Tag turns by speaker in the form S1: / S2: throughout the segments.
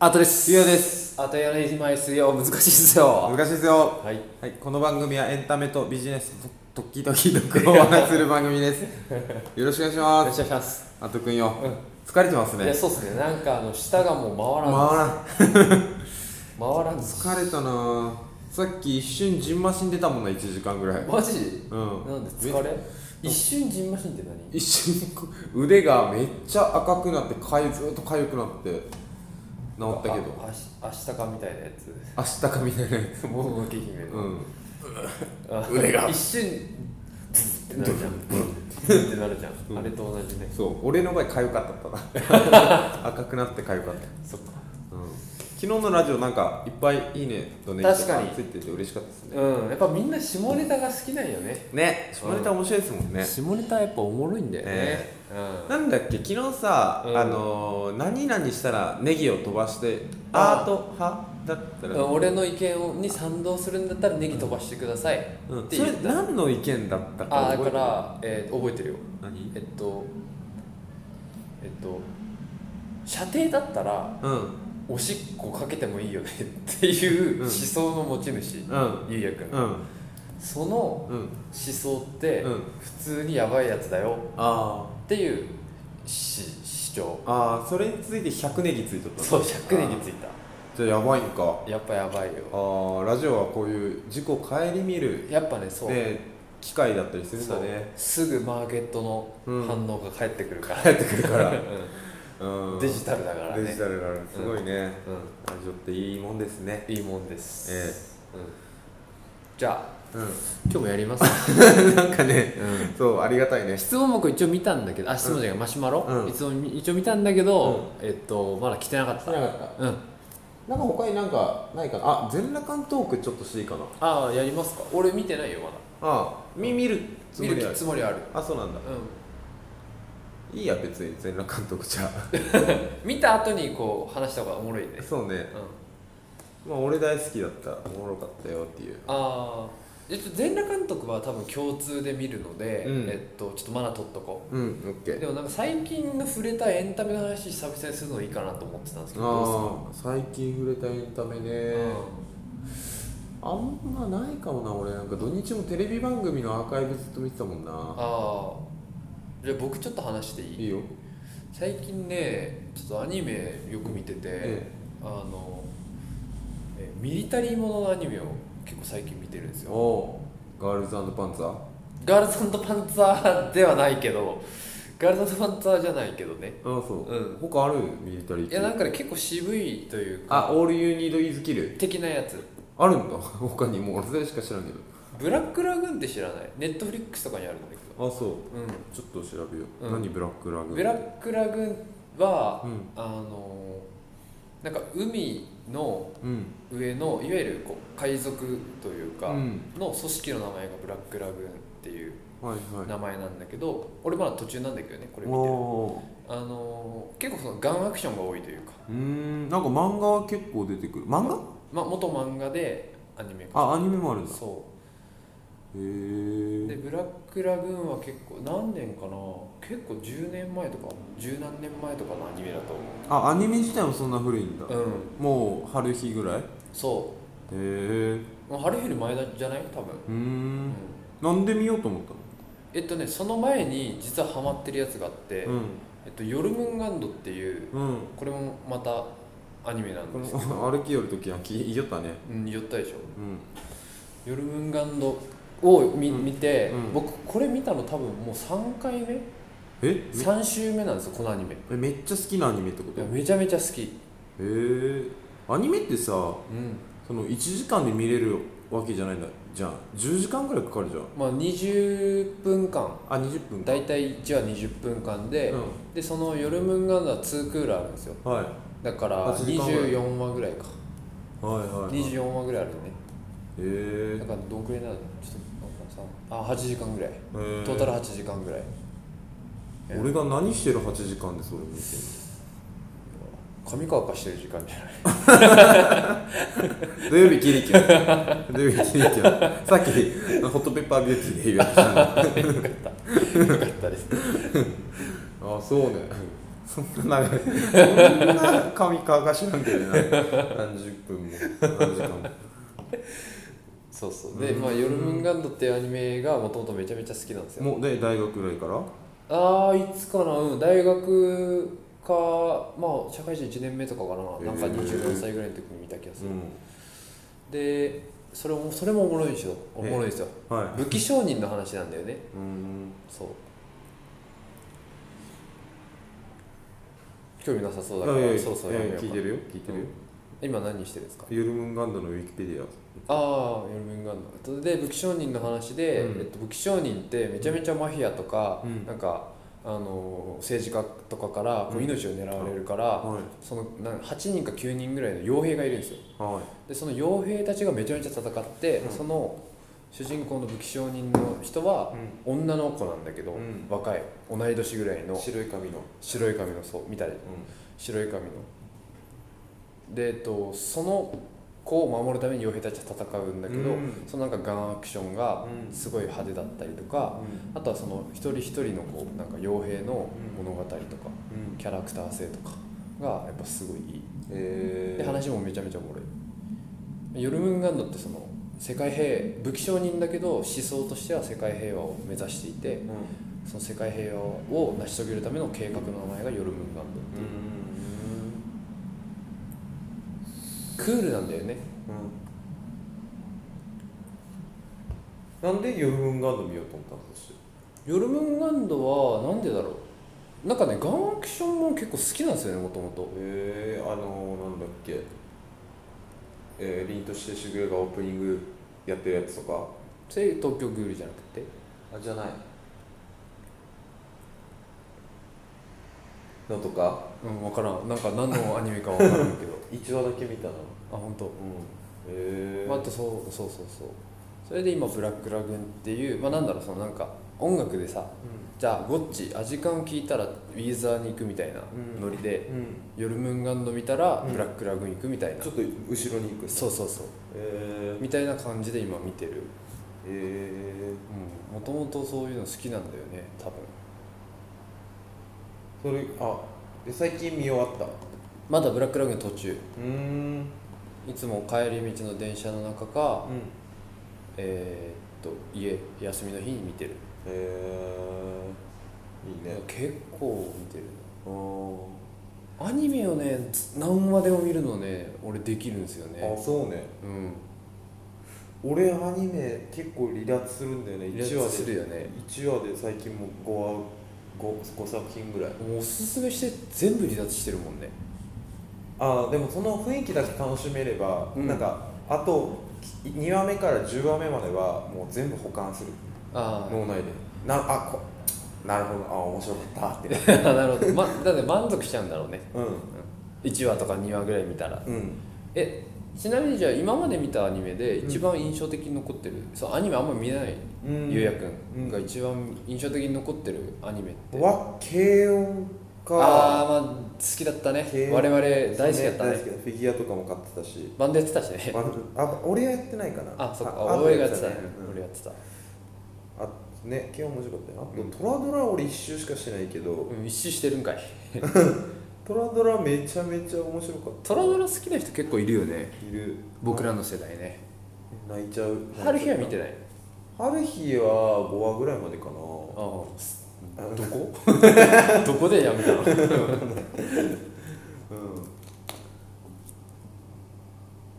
S1: アートです
S2: ゆうやです
S1: アートやれ今ですよ難しいですよ
S2: 難しいですよ
S1: はい
S2: はい、この番組はエンタメとビジネスと時々毒をお話しする番組ですよろしくお願いし
S1: お
S2: ま
S1: 願い
S2: す
S1: します
S2: あとくんよ、疲れてます
S1: いや
S2: ね
S1: そうっすねなんかあの舌がもう回
S2: 回
S1: らん
S2: らん
S1: 回らんぞ
S2: 疲れたなぁさっき一瞬じんましん出たもんな1時間ぐらい
S1: マジ
S2: うん
S1: なんで疲れ一瞬ジンマシンって
S2: 一瞬こう腕がめっちゃ赤くなってかゆずっとかゆくなって
S1: 何
S2: 治ったけど
S1: ああし明日かみたいなや
S2: 明日かみたいなやつ
S1: つ もう動き姫
S2: う
S1: の
S2: ん
S1: あ
S2: 腕が
S1: 一瞬ブンってなるじゃんブンってなるじゃ
S2: うん
S1: んあれと同じね
S2: そう俺の場合かゆかったか な赤くなってかゆかった
S1: そっか
S2: うん昨日のラジオなんかいっぱいいいねとね
S1: 確かに
S2: ついてて嬉しかったですね
S1: うんやっぱみんな下ネタが好きなんよね
S2: ね下ネタ面白いですもんね、
S1: 下ネタやっぱおもろいんだよね
S2: ね
S1: うん
S2: なんだっけ昨日さ、
S1: うん
S2: あのー何々したらネギを飛ばして
S1: あー
S2: アート派だったら、
S1: 俺の意見に賛同するんだったらネギ飛ばしてください
S2: うん
S1: って
S2: そ
S1: 言
S2: れ
S1: った、
S2: 何の意見だったか
S1: あだ
S2: 覚
S1: か
S2: えてる
S1: ら、えー覚えてるよ
S2: 何
S1: えっとえっと射程だったら
S2: うん
S1: おしっこかけてもいいよねっていう
S2: うん
S1: 思想の持ち主、
S2: うん
S1: ゆうやくん、
S2: うん
S1: その思
S2: うん
S1: 想って
S2: うん
S1: 普通にやばいやつだよ
S2: あ
S1: っていうし主張
S2: ーあーそれについて100ネギついとった
S1: そう100年についた
S2: じゃあやばいんか
S1: やっぱやばいよ
S2: あーラジオはこういう自己を顧みる、
S1: やっぱねそう、
S2: ね、機会だったりするん
S1: そ
S2: だ
S1: う
S2: ね
S1: すぐマーケットの
S2: うん
S1: 反応が返ってくるから、
S2: 帰ってくるから
S1: う
S2: うんん
S1: デジタルだからね
S2: デジタルだからすごいね、
S1: う
S2: ラジオっていいもんですね
S1: ん、いいもんです、
S2: え
S1: うん、じゃあ
S2: う
S1: 今日もやりますか、
S2: んなんかね
S1: うん、
S2: そうありがたいね
S1: 質問僕一応見たんだけどあ質問じゃないマシュマロ、
S2: うん
S1: いつも一応見たんだけど、えっとまだ来てなかった
S2: なかった
S1: うん
S2: なんか他になんかないかなあ全裸間トークちょっとしていいかな
S1: ああやりますか俺見てないよまだ
S2: あみ見るつも
S1: 見
S2: りあ
S1: る
S2: る
S1: つもりある
S2: あそうなんだ
S1: う
S2: いいや別に全裸監督じゃ
S1: ん見た後にこう話した方がおもろいね、うん、
S2: そうね
S1: あ
S2: まあ俺大好きだったおもろかったよっていう
S1: あーえっと全裸監督は多分共通で見るので、
S2: うん
S1: えっとちょっとまだ取っとこう
S2: うんオッケ
S1: で
S2: ー
S1: もなんか最近の触れたエンタメの話久々にするのいいかなと思ってたんですけどどう
S2: ああ最近触れたエンタメ
S1: です
S2: ね
S1: か、
S2: あんまないかもな俺なんか土日もテレビ番組のアーカイブずっと見てたもんな
S1: ああじゃあ僕ちょっと話していい
S2: いいよ
S1: 最近ねちょっとアニメよく見てて、
S2: え
S1: あのえミリタリーもののアニメを結構最近見てるんですよ
S2: おうガールズパンツァー
S1: ガールズパンツァーではないけどガールズパンツァーじゃないけどね
S2: あそう、
S1: うん
S2: 他あるミリタリー
S1: いやなんかね結構渋いというか
S2: あオールユニードイズキル
S1: 的なやつ
S2: あるんだ 他にもう俺それしか知らんけど
S1: ブラックラグーンって知らないネットフリックスとかにあるんだけ
S2: あそう
S1: どうん
S2: ちょっと調べよう、
S1: うん
S2: 何ブラックラグーン
S1: ブラックラグーンは、
S2: うん
S1: あのなんか海の
S2: うん
S1: 上のいわゆるこう海賊というか、
S2: うん
S1: の組織の名前がブラックラグーンっていう
S2: はいはい
S1: 名前なんだけど、俺まだ途中なんだけどねこれ見てる
S2: お
S1: あの結構そのガンアクションが多いというか、
S2: ーうーんなんか漫画は結構出てくる漫画
S1: ま、元漫画でアニメ化
S2: あアニメもあるんだへ
S1: そ
S2: え
S1: うでブラックラグーンは結構何年かな結構10年前とか十何年前とかのアニメだと
S2: あアニメ自体もそんな古いんだ、
S1: 思ううん
S2: もう春日ぐらいへ
S1: そ
S2: え
S1: うもう春より前だじゃない多分
S2: う
S1: う
S2: ー
S1: ん
S2: んなんで見ようと思ったの
S1: えっとねその前に実はハマってるやつがあって、えっと、ヨルムンガンドっていう
S2: うんうん
S1: これもまたアニメなん
S2: こ
S1: ですけ
S2: の 歩き寄るときは聞いよったね
S1: うん寄ったでしょ
S2: うん
S1: ヨルムンガンドを見,、
S2: うん
S1: 見て、
S2: うん
S1: 僕これ見たの多分もう3回目
S2: えめ
S1: 3週目なんですよこのアニメい
S2: えめっちゃ好きなアニメってこと
S1: や
S2: へ
S1: めちゃめちゃ好き
S2: えアニメってさ
S1: うん
S2: その1時間で見れるわけじゃないんだじゃん10時間ぐらいかかるじゃん
S1: まあ20分間
S2: あ20分
S1: 大体1話20分間で、
S2: う
S1: でそのヨルムンガンドは2クールあるんですよ
S2: ん、はい
S1: だから
S2: 8時間ぐらい
S1: 24話ぐらいか
S2: はいはいはいへ
S1: 24話ぐらいあるよね
S2: え
S1: だからどんくらいなのちょっとなんかさあ8時間ぐらい
S2: へー
S1: トータル8時間ぐらい
S2: 俺が何してる8時間でそれ見てん
S1: 髪乾かしてる時間じゃない
S2: の土曜日キリキュー土曜日キリキューさっきホットペッパービューティーで言うやつじゃん
S1: よかったです
S2: あそうねそんな長いそんな髪乾かしなんけどな何十分も何時間も
S1: そうそうで、まあ「ヨルムンガンド」っていうアニメがもともとめちゃめちゃ好きなんですよ
S2: もうで大学ぐらいから
S1: ああいつかなうん大学かまあ社会人1年目とかかななんか
S2: へー
S1: 24歳ぐらいの時に見た気がする、
S2: う
S1: でそれもそれもおもろいんですよおもろいですよ
S2: んはい
S1: 武器商人の話なんだよね
S2: うん
S1: そう興味なさそうだ
S2: い
S1: から
S2: やいや
S1: そうそう
S2: いやい
S1: やめ
S2: や
S1: ようか
S2: 聞いてるよ聞いてるよ
S1: 今何してるんですか
S2: ユルムンガンドのウィキペディア
S1: ああヨルムンガンドで武器商人の話で、
S2: うん
S1: えっと、武器商人ってめちゃめちゃマフィアとか、
S2: うん
S1: なんかあの政治家とかからこ
S2: う
S1: うん命を狙われるから、
S2: はい
S1: そのなん8人か9人ぐらいの傭兵がいるんですよ
S2: は
S1: でその傭兵たちがめちゃめちゃ戦って、
S2: うん
S1: その主人公の武器商人の人は女の子なんだけど、
S2: うん
S1: 若い同い年ぐらいの
S2: 白い髪の
S1: 白い髪のそうみたい白い髪ので、えっと、その子を守るために傭兵たちは戦うんだけど、
S2: うん
S1: そのなんかガンアクションが
S2: うん
S1: すごい派手だったりとか、あとはその一人一人のこうなんか傭兵の
S2: うん
S1: 物語とか
S2: うん
S1: キャラクター性とかがやっぱすごいいい
S2: え
S1: で話もめちゃめちゃおもろいヨルムンガンドってその世界平武器商人だけど思想としては世界平和を目指していて
S2: うん
S1: その世界平和を成し遂げるための計画の名前がヨルムンガンドっていうクールなんだよね
S2: なんでヨルムンガンド見ようと思ったんですか
S1: ヨルムンガンドはなんでだろうなんかねガンアクションも結構好きなんですよねもともと
S2: えー、あのー、なんだっけえー、凛としてしぐれがオープニングやってるやつとか
S1: それ東京グールじゃなくて
S2: あじゃないのとか
S1: うん分からんなんか何のアニメか分からんけど
S2: 一話だけ見たな
S1: あ本当。
S2: うんえー、
S1: まあ、あとそうそうそうそうそれで今ブラックラグーンっていうまあなんだろうそのなんか音楽でさじゃあゴッチアジカン聴いたらウィーザーに行くみたいな
S2: うん
S1: ノリで、
S2: うん、
S1: ヨルムンガンド見たら
S2: うん
S1: ブラックラグーン行くみたいな、
S2: ちょっと後ろに行く
S1: そうそうそう
S2: えー、
S1: みたいな感じで今見てる
S2: えー、
S1: もともとそういうの好きなんだよね多分
S2: それあで最近見終わったう
S1: まだブラックラグーン途中
S2: ーん
S1: いつも帰り道の電車の中か、えーっと家休みの日に見てる、
S2: えー、いいね
S1: 結構見てる
S2: あー
S1: アニメをねつ何話でも見るのね俺できるんですよ
S2: あ
S1: ね
S2: そうね
S1: うん
S2: 俺アニメ結構離脱するんだよね
S1: 離脱
S2: 1話
S1: する
S2: で
S1: よね
S2: 1話で最近もう 5, 5, 作品ぐらい
S1: おすすめして全部離脱してるもんね
S2: ああでもその雰囲気だけ楽しめれば、
S1: うん
S2: なんかあと2話目から10話目まではもう全部保管する
S1: あ
S2: 脳内でなあこなるほどあ面白かったって
S1: あ なるほど、ま、だって満足しちゃうんだろうね
S2: うん
S1: 1話とか2話ぐらい見たら
S2: うん
S1: えちなみにじゃあ今まで見たアニメで一番印象的に残ってる、そうアニメあんま見ない、
S2: うん
S1: ゆうやくんが
S2: うん
S1: 一番印象的に残ってるアニメって
S2: は軽音
S1: あ
S2: か
S1: あまあ好きだったね
S2: 軽
S1: 我々大好きだったね
S2: 大好きだフィギュアとかも買ってたし
S1: バンドやってたしね
S2: ああ俺はやってないかな
S1: あそっか
S2: あ
S1: 俺がやってたね
S2: ね、うん
S1: 俺やってた
S2: あね基本面白かったよ
S1: うん
S2: あとトラドラ俺一周しかしてないけど
S1: うん一周してるんかい
S2: トラドラめちゃめちゃ面白かっ
S1: トラドラ好きな人結構いるよね
S2: たいる
S1: 僕らの世代ね
S2: 泣いちゃう
S1: 春日は見てない
S2: 春日は5話ぐらいまでかな
S1: ああす
S2: どこ
S1: どこでやめたの
S2: うん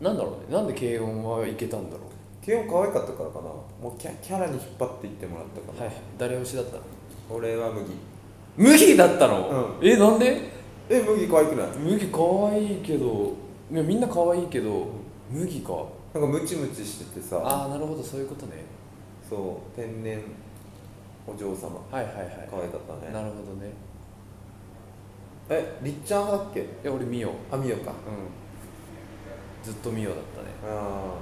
S1: なんだろうねなんで軽音はいけたんだろ
S2: 基本可愛かったからかなもうキャキャラに引っ張っていってもらったか
S1: うは
S2: ら、
S1: い誰推しだったの
S2: 俺は麦
S1: 麦だったの、えなんで
S2: え麦可愛くない
S1: 麦可愛いけどいやみんな可愛いけど麦か
S2: なんかムチムチしててさ
S1: ああなるほどそういうことね
S2: そう天然お嬢様
S1: はいはい
S2: 可
S1: は
S2: 愛かった
S1: い
S2: ね
S1: なるほどね
S2: えりっちゃん派だっけ
S1: いや俺ミオうん
S2: あみよか
S1: ずっとミオだったね
S2: あ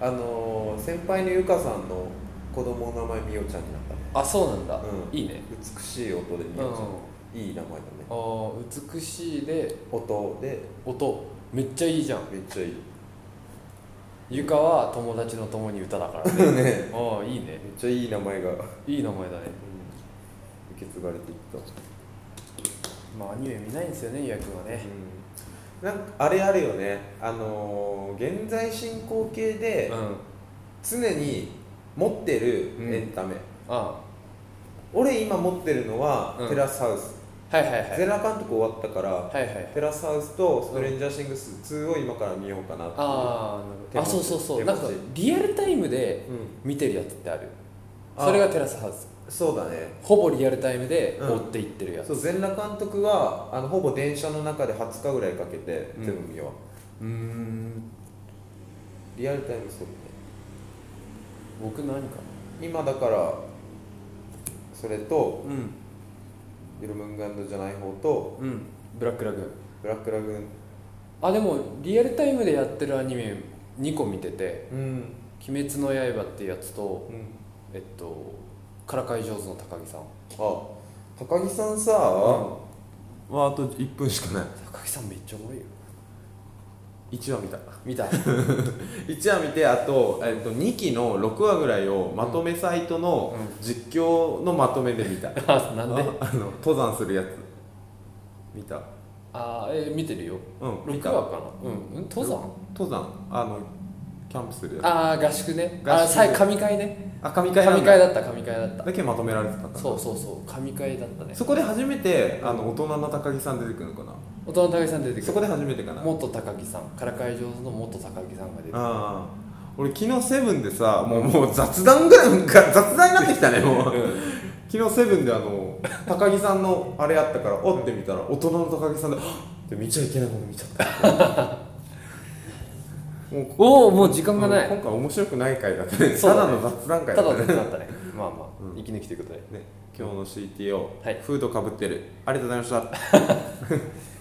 S2: ああのー、先輩のゆかさんの子供の名前みよちゃんになったね
S1: あそうなんだ、
S2: うん
S1: いいね
S2: 美しい音でみよちゃん、いい名前だね
S1: あー美しいで
S2: 音で
S1: 音めっちゃいいじゃん
S2: めっちゃいいね
S1: ゆかは友達の友に歌だからね
S2: めっ
S1: ああいいね
S2: ちゃいい名前が、うん、受
S1: いい名前だね
S2: け継がれていった
S1: まあアニメ見ないんですよねゆうやくんはね
S2: うん、なんかあれあるよねあのー現在進行形で
S1: ん
S2: 常に持ってる
S1: うん
S2: エンタメ、
S1: あ
S2: 俺今持ってるのは、
S1: うん
S2: テラスハウス、
S1: あはいはいはい
S2: ゼラ監督終わったから、
S1: はいはい
S2: テラスハウスとストレンジャーシングス2を今から見ようかなっていう
S1: あ
S2: 手
S1: あ
S2: 持
S1: あ
S2: ち
S1: そうそうそう
S2: 手
S1: な
S2: 持
S1: ん
S2: ち
S1: かリアルタイムで
S2: うん
S1: 見てるやつってある
S2: あー
S1: それがテラスハウス
S2: そうだね
S1: ほぼリアルタイムで
S2: うん
S1: 追っていってるやつ
S2: そう全裸監督はあのほぼ電車の中で20日ぐらいかけて
S1: うん
S2: 全部見よう、
S1: うーん
S2: リアルタイムそうだね
S1: 僕何か
S2: 今だからそれと
S1: なうん
S2: ヨルムンガンドじゃない方と
S1: うんブラックラグーン
S2: ブラックラグーン
S1: あでもリアルタイムでやってるアニメ2個見てて
S2: うん、
S1: 「鬼滅の刃」っていうやつと
S2: うん、
S1: えっとからかい上手の高木さん
S2: あ高木さんさ、はあと1分しかない
S1: 高木さんめっちゃおもろいよ
S2: 1話見た
S1: 見 た
S2: 1話見てあと,、えっと2期の6話ぐらいをまとめサイトの
S1: う
S2: 実況のまとめで見た、
S1: あなんで
S2: ああの登山するやつ見た
S1: あーえー見てるよ
S2: うん見
S1: 6
S2: た
S1: 話かなうんうん登山
S2: 登山あのキャンプするやつ
S1: ああ合宿ね
S2: 合宿
S1: ああさ神会ね
S2: あ神
S1: 神
S2: 会なんだ
S1: 会だった神会だった
S2: だけまとめられてたから
S1: そうそうそう神会だったね
S2: そこで初めてあの大人の高木さん出てくるのかな
S1: 大人の高木さん出てく
S2: そこ
S1: る
S2: で初めてかな
S1: 元高木さんからかい上手の元高木さんが出てくる
S2: ああ俺昨日セブンでさもうもう雑談ぐらい なんか雑談になってきたねもう昨日セブンであの高木さんのあれあったからおって見たら大人の高木さんではっって見ちゃいけないもの見ちゃった もう
S1: おおもう時間がない
S2: 今回面白くない回だったね
S1: そう
S2: た
S1: だ
S2: だ
S1: ね
S2: の雑談
S1: た
S2: 会
S1: だ
S2: だ
S1: の
S2: っ
S1: 手
S2: たね
S1: 伝ったねまあまあ
S2: うん
S1: 息抜きということで
S2: ね今日の CTO、
S1: はい
S2: フードかぶってるありがとうございました